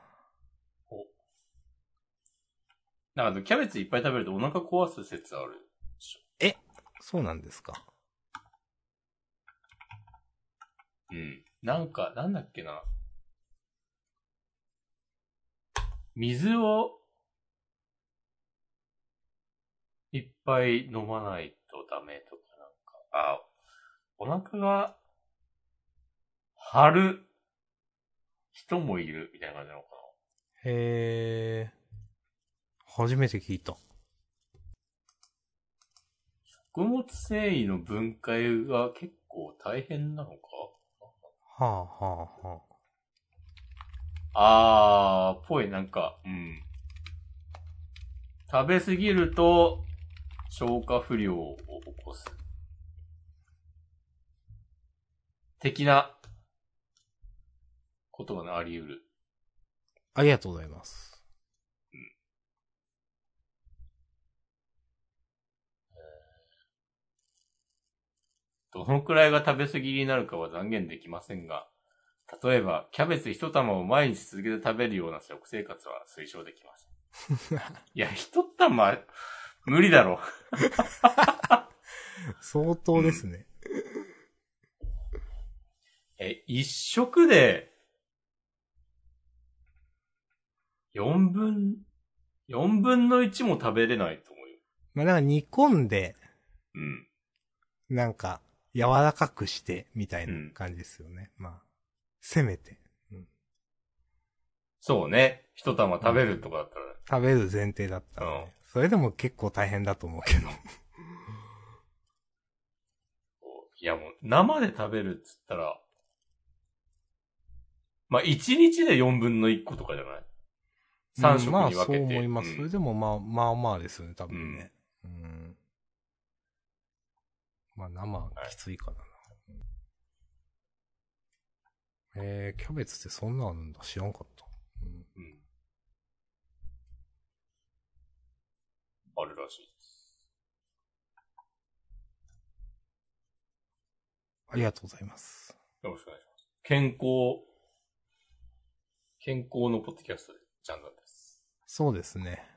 なんか、キャベツいっぱい食べるとお腹壊す説ある。
そうなんですか。
うん。なんか、なんだっけな。水を、いっぱい飲まないとダメとかなんか、あ、お腹が、張る人もいるみたいな感じなのか
へえ。初めて聞いた。
な。食物繊維の分解が結構大変なのか
はあはあは
あー、ぽい、なんか、うん。食べ過ぎると、消化不良を起こす。的な、ことがあり得る。
あ。ありがとうござい ます。
どのくらいが食べ過ぎになるかは断言できませんが、例えば、キャベツ一玉を毎日続けて食べるような食生活は推奨できません。 いや、一玉、無理だろ。
相当ですね。
え、一食で、四分、四分の一も食べれないと思うよ。
まあ、なんか煮込んで、
うん。
なんか、柔らかくして、みたいな感じですよね。まあ、せめて。
そうね。一玉食べるとかだったら。
食べる前提だったらね、
うん
それでも結構大変だと思うけど。
こういやもう、生で食べるっつったら、まあ、一日で四分の一個とかじゃない 三食に分けて。
うんまあ、そう思います。
うん
それでもまあ、まあまあですよね、多分ね。うん。まあ、生、きついからな。えー、キャベツってそんなあるんだ。知らんかった。うん
うん。あるらしいです。
ありがとうございます。
よろしくお願いします。健康、健康のポッドキャストで、ジャンダンです。
そうですね。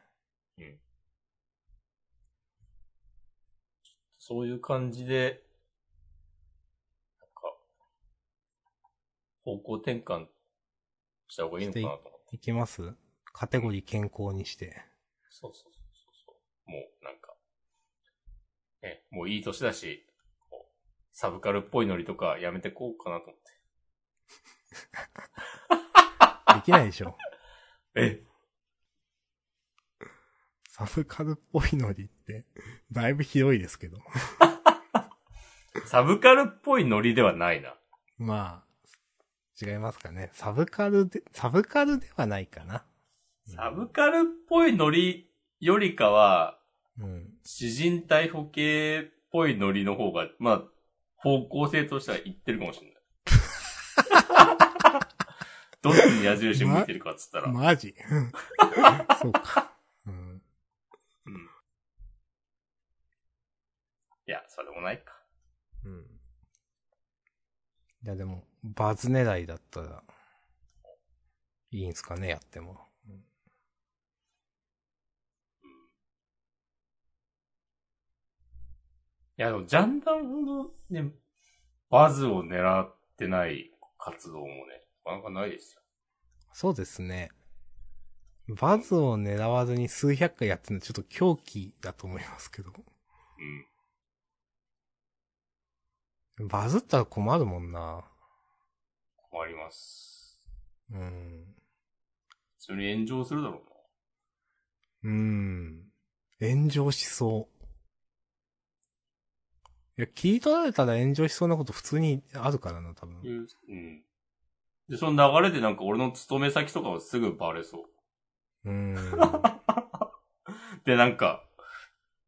そういう感じで、なんか、方向転換した方がいいのかなと思って。
いきますカテゴリー健康にして。
そうそうそうそうそう。もう、なんか、ね、もういい年だし、こうサブカルっぽいノリとかやめてこうかなと思って。
できないでしょ。
え
サブカルっぽいのにって、 だいぶ広いですけど。
サブカルっぽいノリではないな。
まあ、違いますかね。サブカルで、サブカルではないかな。
サブカルっぽいノリよりかは、
うん。
詩人逮捕系っぽいノリの方が、まあ、方向性としては言ってるかもしれ ない。どっちに矢印向いてるかっつったら。
マジそうか。うん。
うん、いや、そうでもないか。
うん。いやでも、バズ狙いだったら、いいんすかね、やっても。
うん、いや、でも、ジャンダンほどね、バズを狙ってない活動もね、なかなかないですよ。
そうですね。バズを狙わずに数百回やってるのちょっと狂気だと思いますけど。バズったら困るもんな。
あります。
うん。
それに炎上するだろ
うん。炎上しそう。いや、聞い取られたら炎上しそうなこと普通にあるからな、
う
多分。
な。うん。で、その流れでなんか俺の勤め先とかはすぐバレそう。
うん。
で、なんか、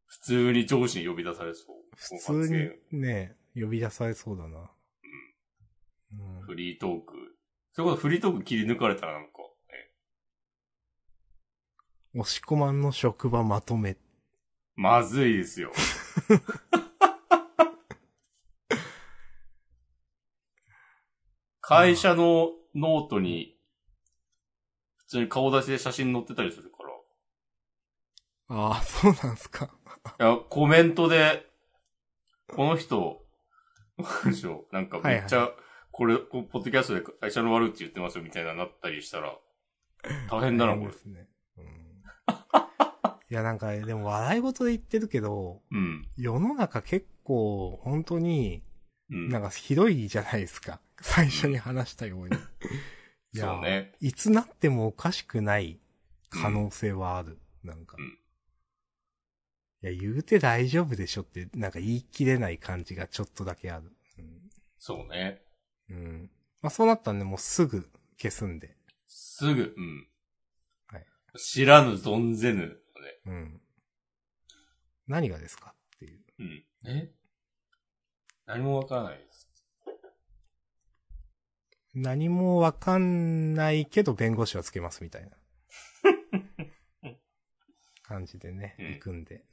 普通に上司に呼び出されそう。
普通にね、呼び出されそうだな。うん
フリートーク。それこそフリートーク切り抜かれたらなんか、ね、
押し込まんの職場まとめ。
まずいですよ。会社のノートに、普通に顔出しで写真載ってたりするから。
ああ、そうなんすか。
いや、コメントで、この人、なんでしょう、なんかめっちゃ、これ、こポッドキャストで会社の悪口言ってますよみたいななったりしたら、大変だな、これ
で。すね。うん、いや、なんか、でも笑い事で言ってるけど、
うん。
世の中結構、本当に、
うん。
なんかひどいじゃないですか。最初に話したように。いや
そうね。
いつなってもおかしくない可能性はある。なんか。
うん
いや、言うて大丈夫でしょって、なんか言い切れない感じがちょっとだけある。
そうね。
うん。うん、まあそうなったんで、もうすぐ消すんで。
すぐ、うん。
はい
知らぬ、存ぜぬ。ね
うん。何がですかっていう。
うん。え何もわからないです。
何もわかんないけど弁護士はつけます みたいな。感じでね、
うん
行くんで。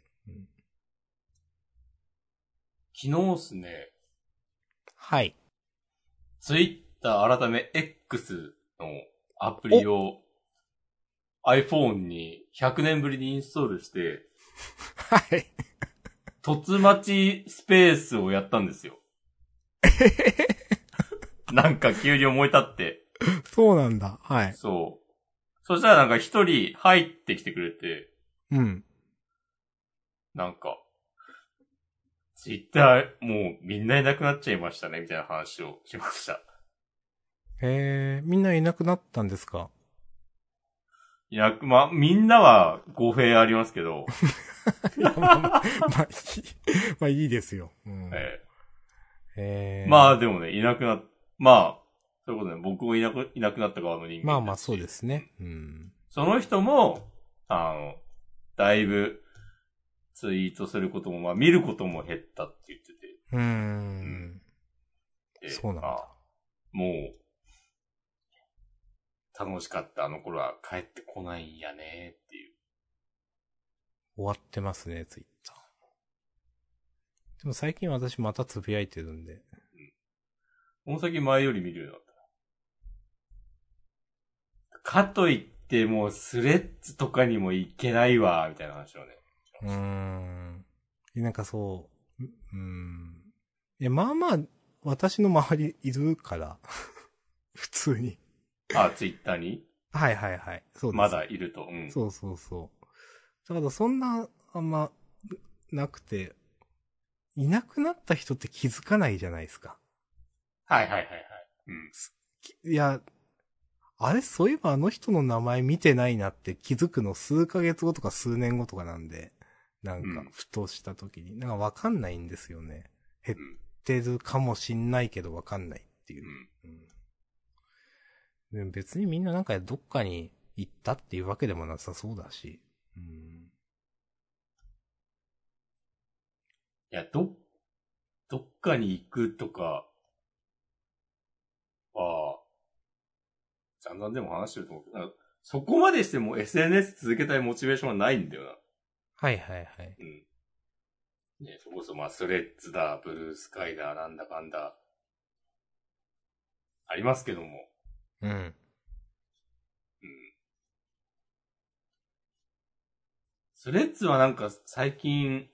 昨日っすね、
はい。
ツイッター改め X のアプリを iPhone に100年ぶりにインストールして、
はい。
突待ちスペースをやったんですよ。なんか急に思い立って。
そうなんだ。はい。
そう。そしたらなんか一人入ってきてくれて、
うん。
なんか、ツイッターもうみんないなくなっちゃいましたね、みたいな話をしました。
えー、みんないなくなったんで すか
いや、まあ、みんなは語弊ありますけど、
いやまあ、まあまあ、いい、まあいいですよ。うん、
え
え
え
ー、
まあでもね、いなくなっ、まあ、そういうことね、僕もいなく、いなくなった側の人間。
まあまあそうですね。うん。
その人も、あの、だいぶ、ツイートすることも、まあ見ることも減ったって言って
うーん。
て。
そうなんだ
あもう、楽しかったあの頃は帰ってこないんやねっていう。
終わってますね、ツイッター。でも最近私またつぶやいてるんで。
この先前より見るようになった。かといって、もうスレッズとかにも行けないわ、みたいな話をね。
うーん。なんかそう、ううーん。え、まあまあ、私の周りいるから。 普通に。
あ、ツイッターに
はいはいはい。そうです。
まだいると。うん。
そうそうそう。だからそんな、あんま、なくて、いなくなった人って気づかないじゃないですか。
はいはいはいはい。うん。
きいや、あれ、そういえばあの人の名前見てないなって気づくの数ヶ月後とか数年後とかなんで、なん
う
か
ん、
ふとした時に、なんかわかんないんですよね。減ってるかもしんないけどわかんないっていうう。
ん。
うん、でも別にみんななんかどっかに行ったっていうわけでもなさそうだし。うん
いや、ど、どっかに行くとか、は、散々でも話してると思うけど、なんかそこまでしてもう SNS 続けたいモチベーションはないんだよな。
はいはいはい。
うん。ね、それこそまあ、スレッズだ、ブルースカイだ、なんだかんだ、ありますけども、
うん。
スレッズはなんか最近、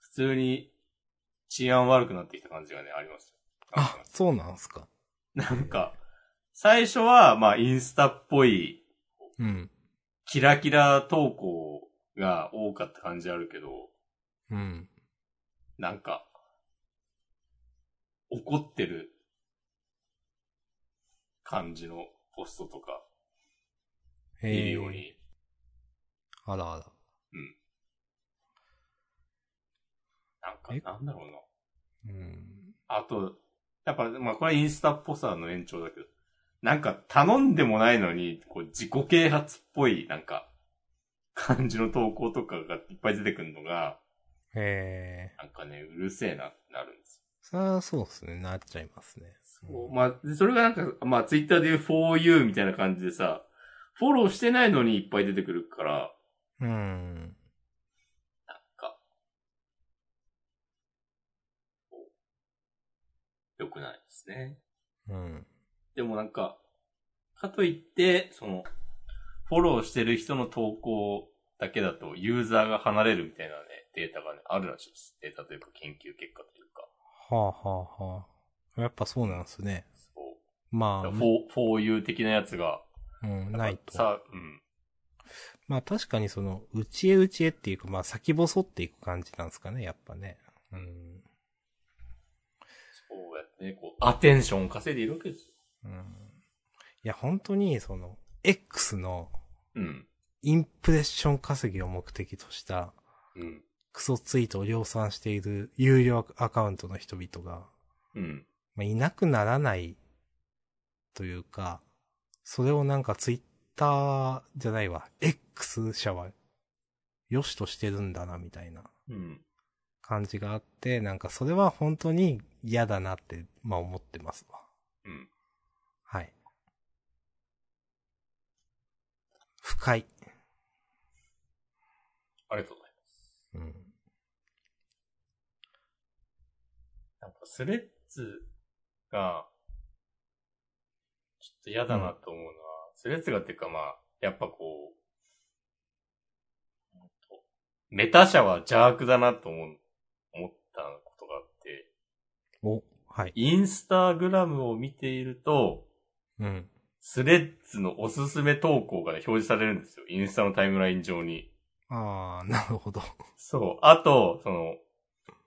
普通に治安悪くなってきた感じがね、ありますよ。
あ、そうなんすか。
なんか、最初は、まあ、インスタっぽい、
うん。
キラキラ投稿が多かった感じあるけど、
うん。
なんか、怒ってる感じのホストとか
え
いるように。
あらあら。
なん
え
か、なんだろうな。
うん。
あと、やっぱ、まあ、これはインスタっぽさの延長だけど、なんか頼んでもないのに、こう、自己啓発っぽい、なんか、感じの投稿とかがいっぱい出てくるのが、
ええ
なんかね、うるせえなってなるんです
それはそうですね。なっちゃいますね。
よ。
うん
まあ、でそれがなんか、まあ、ツイッターで言う for you みたいな感じでさ、フォローしてないのにいっぱい出てくるから、
うん。
なんか、こう良くないですね。
うん。
でもなんか、かといって、その、フォローしてる人の投稿だけだとユーザーが離れるみたいなね、データがね、あるらしいです。データというか研究結果というか。
はあはあはあ。やっぱそうなんですね。
そう。
ま
だから、
あ
フォー、フォーユー的なやつが、
うん、ないと。
さ、うん。
まあ確かにその、内へ内へっていうか、まあ先細っていく感じなんですかね、やっぱね。うん。
そうやってね、こう、アテンションを稼いでいるわけですよ。
うん。いや、本当に、その、X の
うん。
インプレッション稼ぎを目的とした、
うん。
クソツイートを量産している有料アカウントの人々が、
うん。
まあ、いなくならない、というか、それをなんかツイッターじゃないわ、X 社は、良しとしてるんだな、みたいな。
うん。
感じがあって、なんかそれは本当に嫌だなって、まあ思ってますわ。
うん。
はい。不快。
ありがとうござい
うん。
ます。なんか、スレッズが、ちょっと嫌だなと思うのは、スレッズがっていうかまあ、やっぱこう、ほんとメタ社は邪悪だなと思う、思ったことがあって、
お、はい。
インスタグラムを見ていると、
うん。
スレッズのおすすめ投稿が、ね、表示されるんですよ。インスタのタイムライン上に。
あー、なるほど。
そう。あと、その、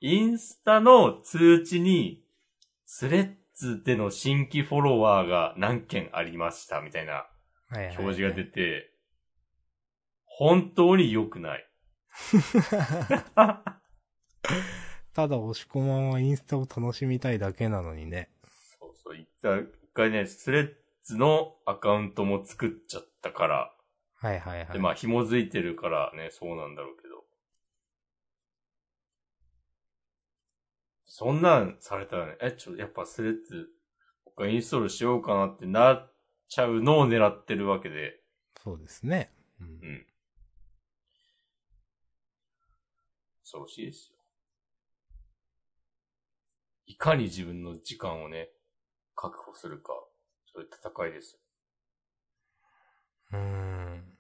インスタの通知に、スレッズでの新規フォロワーが何件ありましたみたいな
はいはい、はい。
表示が出て、本当に良くない。
ただ、押し込まんはインスタを楽しみたいだけなのにね。
そうそう、一回、一回ね、スレッズのアカウントも作っちゃったから、
はいはいはい。
で、まあ、紐づいてるからね、そうなんだろうけど。そんなんされたらね、え、ちょ、やっぱスレッズ、他インストールしようかなってなっちゃうのを狙ってるわけで、
そうですね。う。
うんん。恐ろしいですよ。いかに自分の時間をね、確保するか、そういう戦いですよ。
うーん。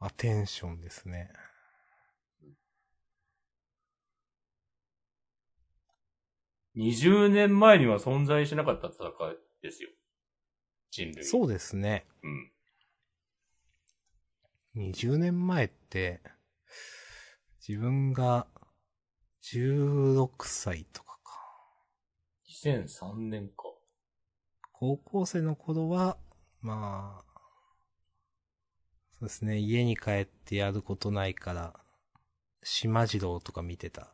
アテンションですね。
20年前には存在しなかった戦いですよ。人類。
そうですね。
うん。
20年前って、自分が16歳とかか。
2003年か。
高校生の頃は、まあ、そうですね、家に帰ってやることないから、島次郎とか見てた。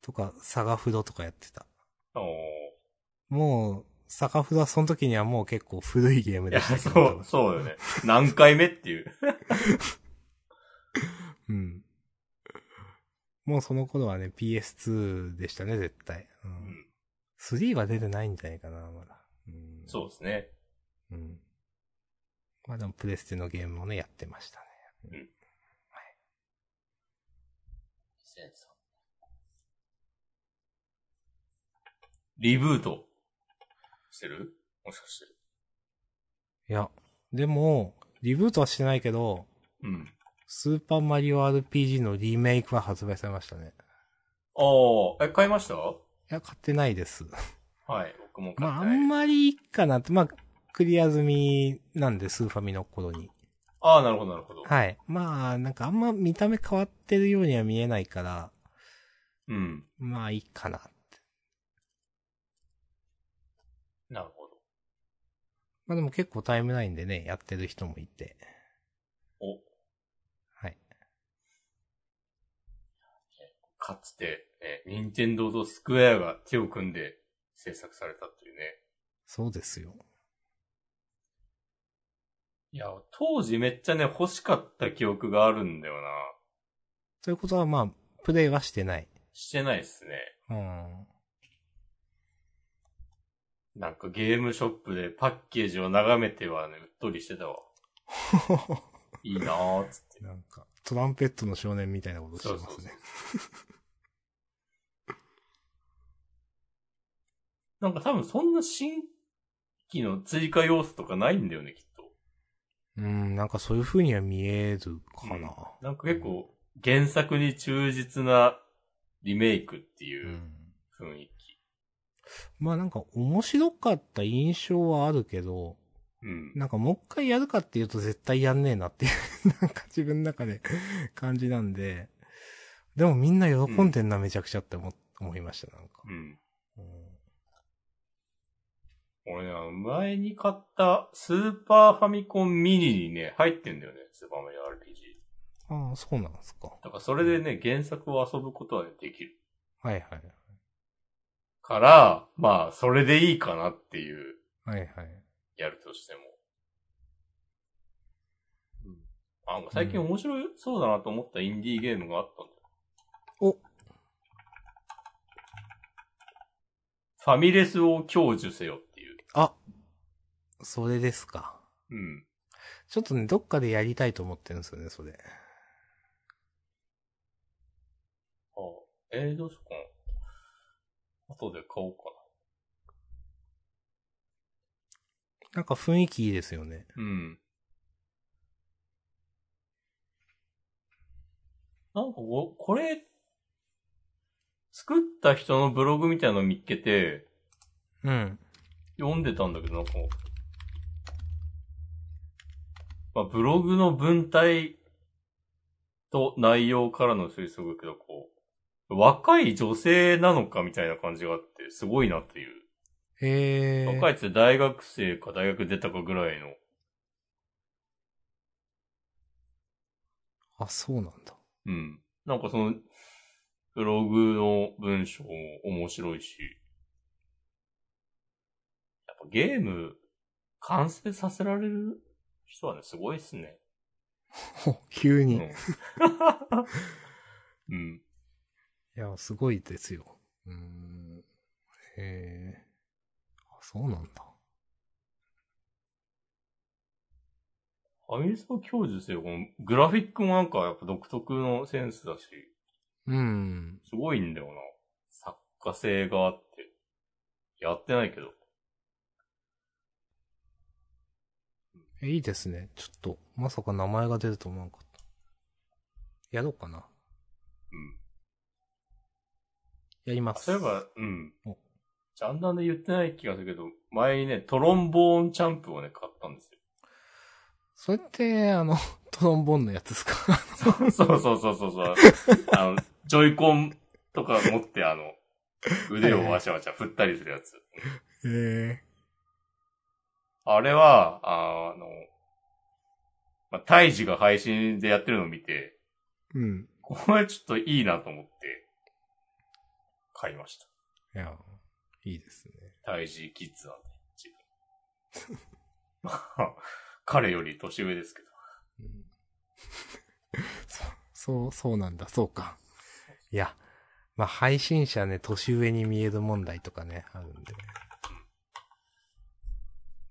とか、サガフロとかやってた。
おー
もう、サガフロはその時にはもう結構古いゲーム
いや、
でしたけ
そ
ど。
う、そうよね。何回目っていう。
うん。もうその頃はね、PS2 でしたね、絶対。うん。
ん
3は出てないんじゃないかな、まだ。うん、
そうですね。
う。うん。まあでも、プレステのゲームもね、やってましたね。
リブートしてるもしかして。
いや、でも、リブートはしてないけど、
うん。
スーパーマリオ RPG のリメイクは発売されましたね。
ああ、え、買いました
い や、買ってないです。
はい、僕も買っ
まあ、
た
あんまりいいかなって、まあ、クリア済みなんで、スーファミの頃に。
ああ、なるほど、なるほど。
はい。まあ、なんかあんま見た目変わってるようには見えないから、
うん。
まあいいかなって。
なるほど。
まあでも結構タイムラインでね、やってる人もいて。
お。
はい。
かつて、え、任天堂とスクエアが手を組んで制作されたというね。
そうですよ。
いや、当時めっちゃね、欲しかった記憶があるんだよな。
ということはまあ、プレイはしてない。
してないっすね。
うん。
なんかゲームショップでパッケージを眺めてはね、うっとりしてたわ。いいなーっつって。
なんか、トランペットの少年みたいなことしてますね。
そうそうなんか多分そんな新規の追加要素とかないんだよね、きっと。
うん、なんかそういう風には見えるかな。
なんか結構原作に忠実なリメイクって
う
いう雰囲気。
まあなんか面白かった印象はあるけど、
うん。
なんかもう一回やるかっていうと絶対やんねえなっていう、 なんか自分の中で感じなんで、でもみんな喜んでんな、めちゃくちゃって思思いました、なんか。
うん。
うん
俺ね、前に買ったスーパーファミコンミニにね、入ってんだよね、スーパーマリオ RPG。
ああ、そうなんですか。
だからそれでね、原作を遊ぶことはできる。
はいはい。
から、まあ、それでいいかなっていう、
はいはい。
やるとしても。あ、なんか最近面白いそうだなと思ったインディーゲームがあったんだよ。
お
ファミレスを享受せよっていう。
あ、それですか。
うん。
ちょっとね、どっかでやりたいと思ってるんですよね、それ。
あえー、どうしようかな。後で買おうか
なんか雰囲気いいですよね。
な。うん。なんかこ、これ、作った人のブログみたいなの見っけて、
うん。
読んでたんだけど、なんか、まあ、ブログの文体と内容からの推測だけど、こう、若い女性なのかみたいな感じがあって、すごいなっていう。
へえ。
若いって大学生か大学出たかぐらいの。
あ、そうなんだ。
うん。なんかその、ブログの文章も面白いし。やっぱゲーム、完成させられる人はね、すごいっすね。
ほ急に。
う
い
ん。うん。
や、すごいですよ。うーん。へえ。あ、そうなんだ。
ファミレスを享受せよ。このグラフィックもなんかやっぱ独特のセンスだし、
うん。
すごいんだよな。作家性があって。やってないけど。
えいいですね。ちょっと、まさか名前が出ると思わなかった。やろうかな。
うん。
やりま
あ
す。
そういえば、うん
お。
ジャンダンで言ってない気がするけど、前にね、トロンボーンチャンプをね、買ったん ですよ。
それって、あの、 トロンボーンのやつですか
そうそうそうそうそう。あの、ジョイコンとか持って、あの、腕をわしゃわしゃ振ったりするやつ。
へえ。
あれは、あの、まあ、タイジが配信でやってるのを見て、
うん。
これちょっといいなと思って、買いました。
いや、いいですね。
タイジキッズなんで、自分。まあ、彼より年上ですけど。
うんそそう、そうなんだ、そうか。いや、まあ、配信者ね、年上に見える問題とかね、あるんで。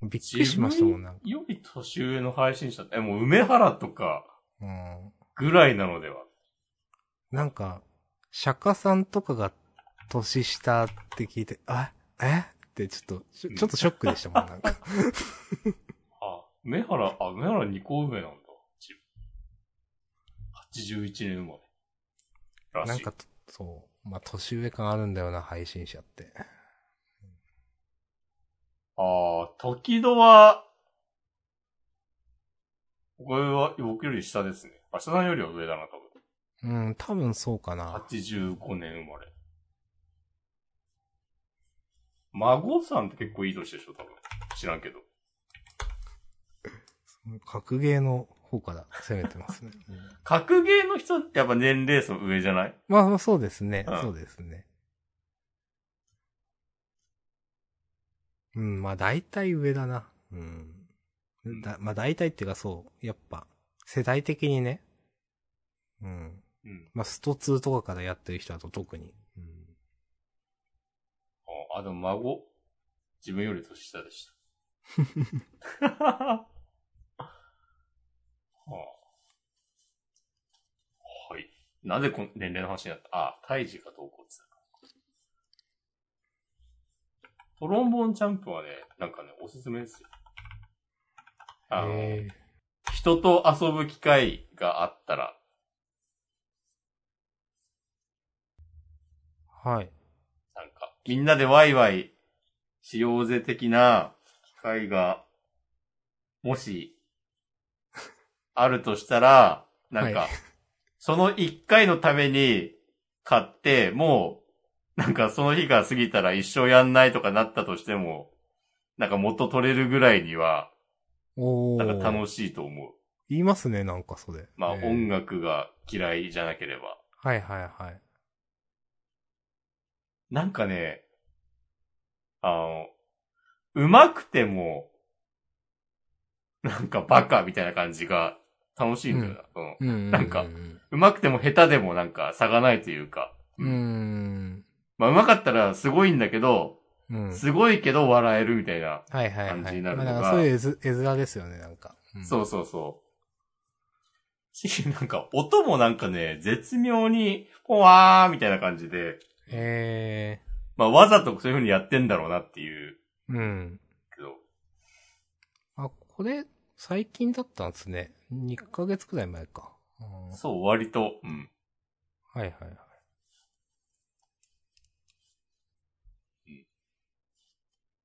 びっくりしましたもん、なんか。
より年上の配信者って、えもう梅原とか
うん。
ぐらいなのでは。
なんか、釈迦さんとかが年下って聞いて、あ、えってちょっと、ちょちょっとショックでした もん、なんか。
あ、梅原、あ、梅原二個上なんだ。自分81年生まれ。らしい。
なんか、そう。まあ、年上感あるんだよな、配信者って。
ああ、時戸は、これは僕より下ですね。明日さんよりは上だな、多分。
うん、多分そうかな。
85年生まれ。孫さんって結構いい年でしょ、多分。知らんけど。
格ゲーの方から攻めてますね。うん
格ゲーの人ってやっぱ年齢層上じゃない
まあまあ、そうですね、
うん
そうですね。うん、まあ大体上だな。うん。だまあ大体っていうかそう、やっぱ、世代的にね。うん。
うん。
まあスト2とかからやってる人だと特に。うん、
あ、でも孫、自分より年下でした。はあ、はい。なぜこの年齢の話になったあ、胎児がどうこうっつうのトロンボーンジャンプはね、なんかね、おすすめですよ。あの、
へ
人と遊ぶ機会があったら、
ーはい。
なんか、みんなでワイワイしようぜ的な機会が、もし、あるとしたら、なんか、
はい
その一回のために買って、もう、なんかその日が過ぎたら一生やんないとかなったとしても、なんか元取れるぐらいには、
お
なんか
ー。
楽しいと思う。
言いますね、なんかそれ。
まあ、
えー
音楽が嫌いじゃなければ。
はいはいはい。
なんかね、あの、うまくても、なんかバカみたいな感じが楽しいんだよな。その
うんうんう ん。
なんかうま、くても下手でもなんか差がないというか。
うん。
まあうまかったらすごいんだけど、
うん。
すごいけど笑えるみたいな。
はいはいはい。
感じになる
ま
の
あ
が
なんかそういう絵ず絵面ですよね、なんか。うん
そうそうそう。し、なんか音もなんかね、絶妙に、ほわーみたいな感じで、
え
まあわざとそういう風にやってんだろうなっていう
えうん。
けど、
あ、これ、最近だったんですね。2ヶ月くらい前か。うんはい
そう割と、うん。
はいはい。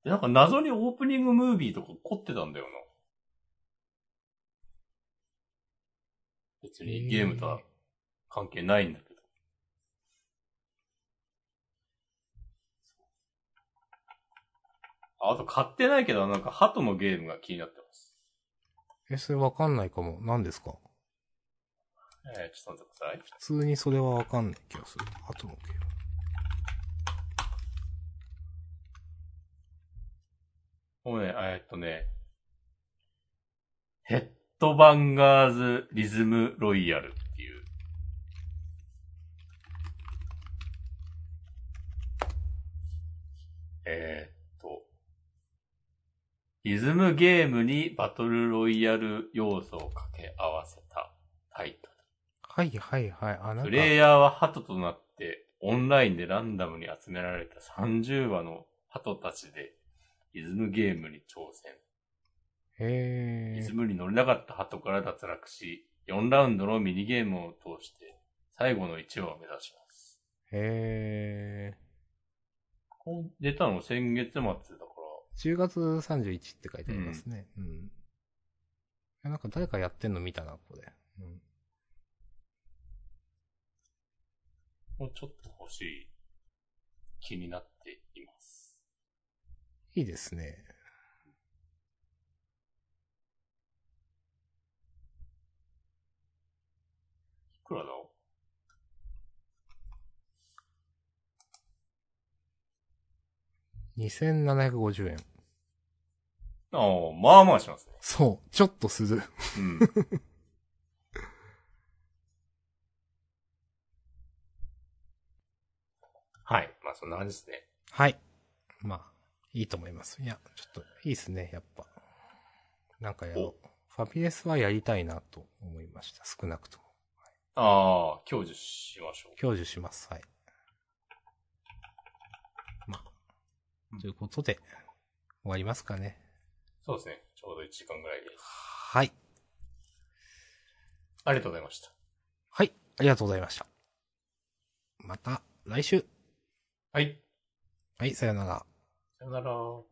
でなんか謎にオープニングムービーとか凝ってたんだよな。別にゲームとは関係ないんだけど。ああと買ってないけど、なんか鳩のゲームが気になってます。
え、それわかんないかも。何ですか
えー、ちょっと待ってください。
普通にそれはわかんない気がする。後の系
もうね、えーっとね、ヘッドバンガーズリズムロイヤルっていう。えーっと、リズムゲームにバトルロイヤル要素を掛け合わせたタイト
はいはいはい。あ、なん
ル。
か
プ、レイヤーは鳩となって、オンラインでランダムに集められた30羽の鳩たちで、リズムゲームに挑戦。リ
え
ズムに乗れなかった鳩から脱落し、4ラウンドのミニゲームを通して、最後の1話を目指します。
ー、え
こう出たの先月末だから、
ー、10月31って書いてありますね。うん。えなんか誰かやってんの見たな、これ。うん。
もうちょっと欲しい気になっています。
いいですね。
いくらだ
2750円。
ああ、まあまあしますね。
そう、ちょっとする。
うん。 はい。まあそんな感じですね。
はい。まあ、いいと思います。いや、ちょっと、いいっすね、やっぱ。なんかやろう。ファビレスはやりたいなと思いました。少なくとも。
ああ、享受しましょう。
享受します。はい。まあ、ということで、終わりますかね。
そうですね。ちょうど1時間ぐらいで。
はい。
ありがとうございました。
はい、ありがとうございました。また、来週。
はい。
はい、さよなら。
さよなら。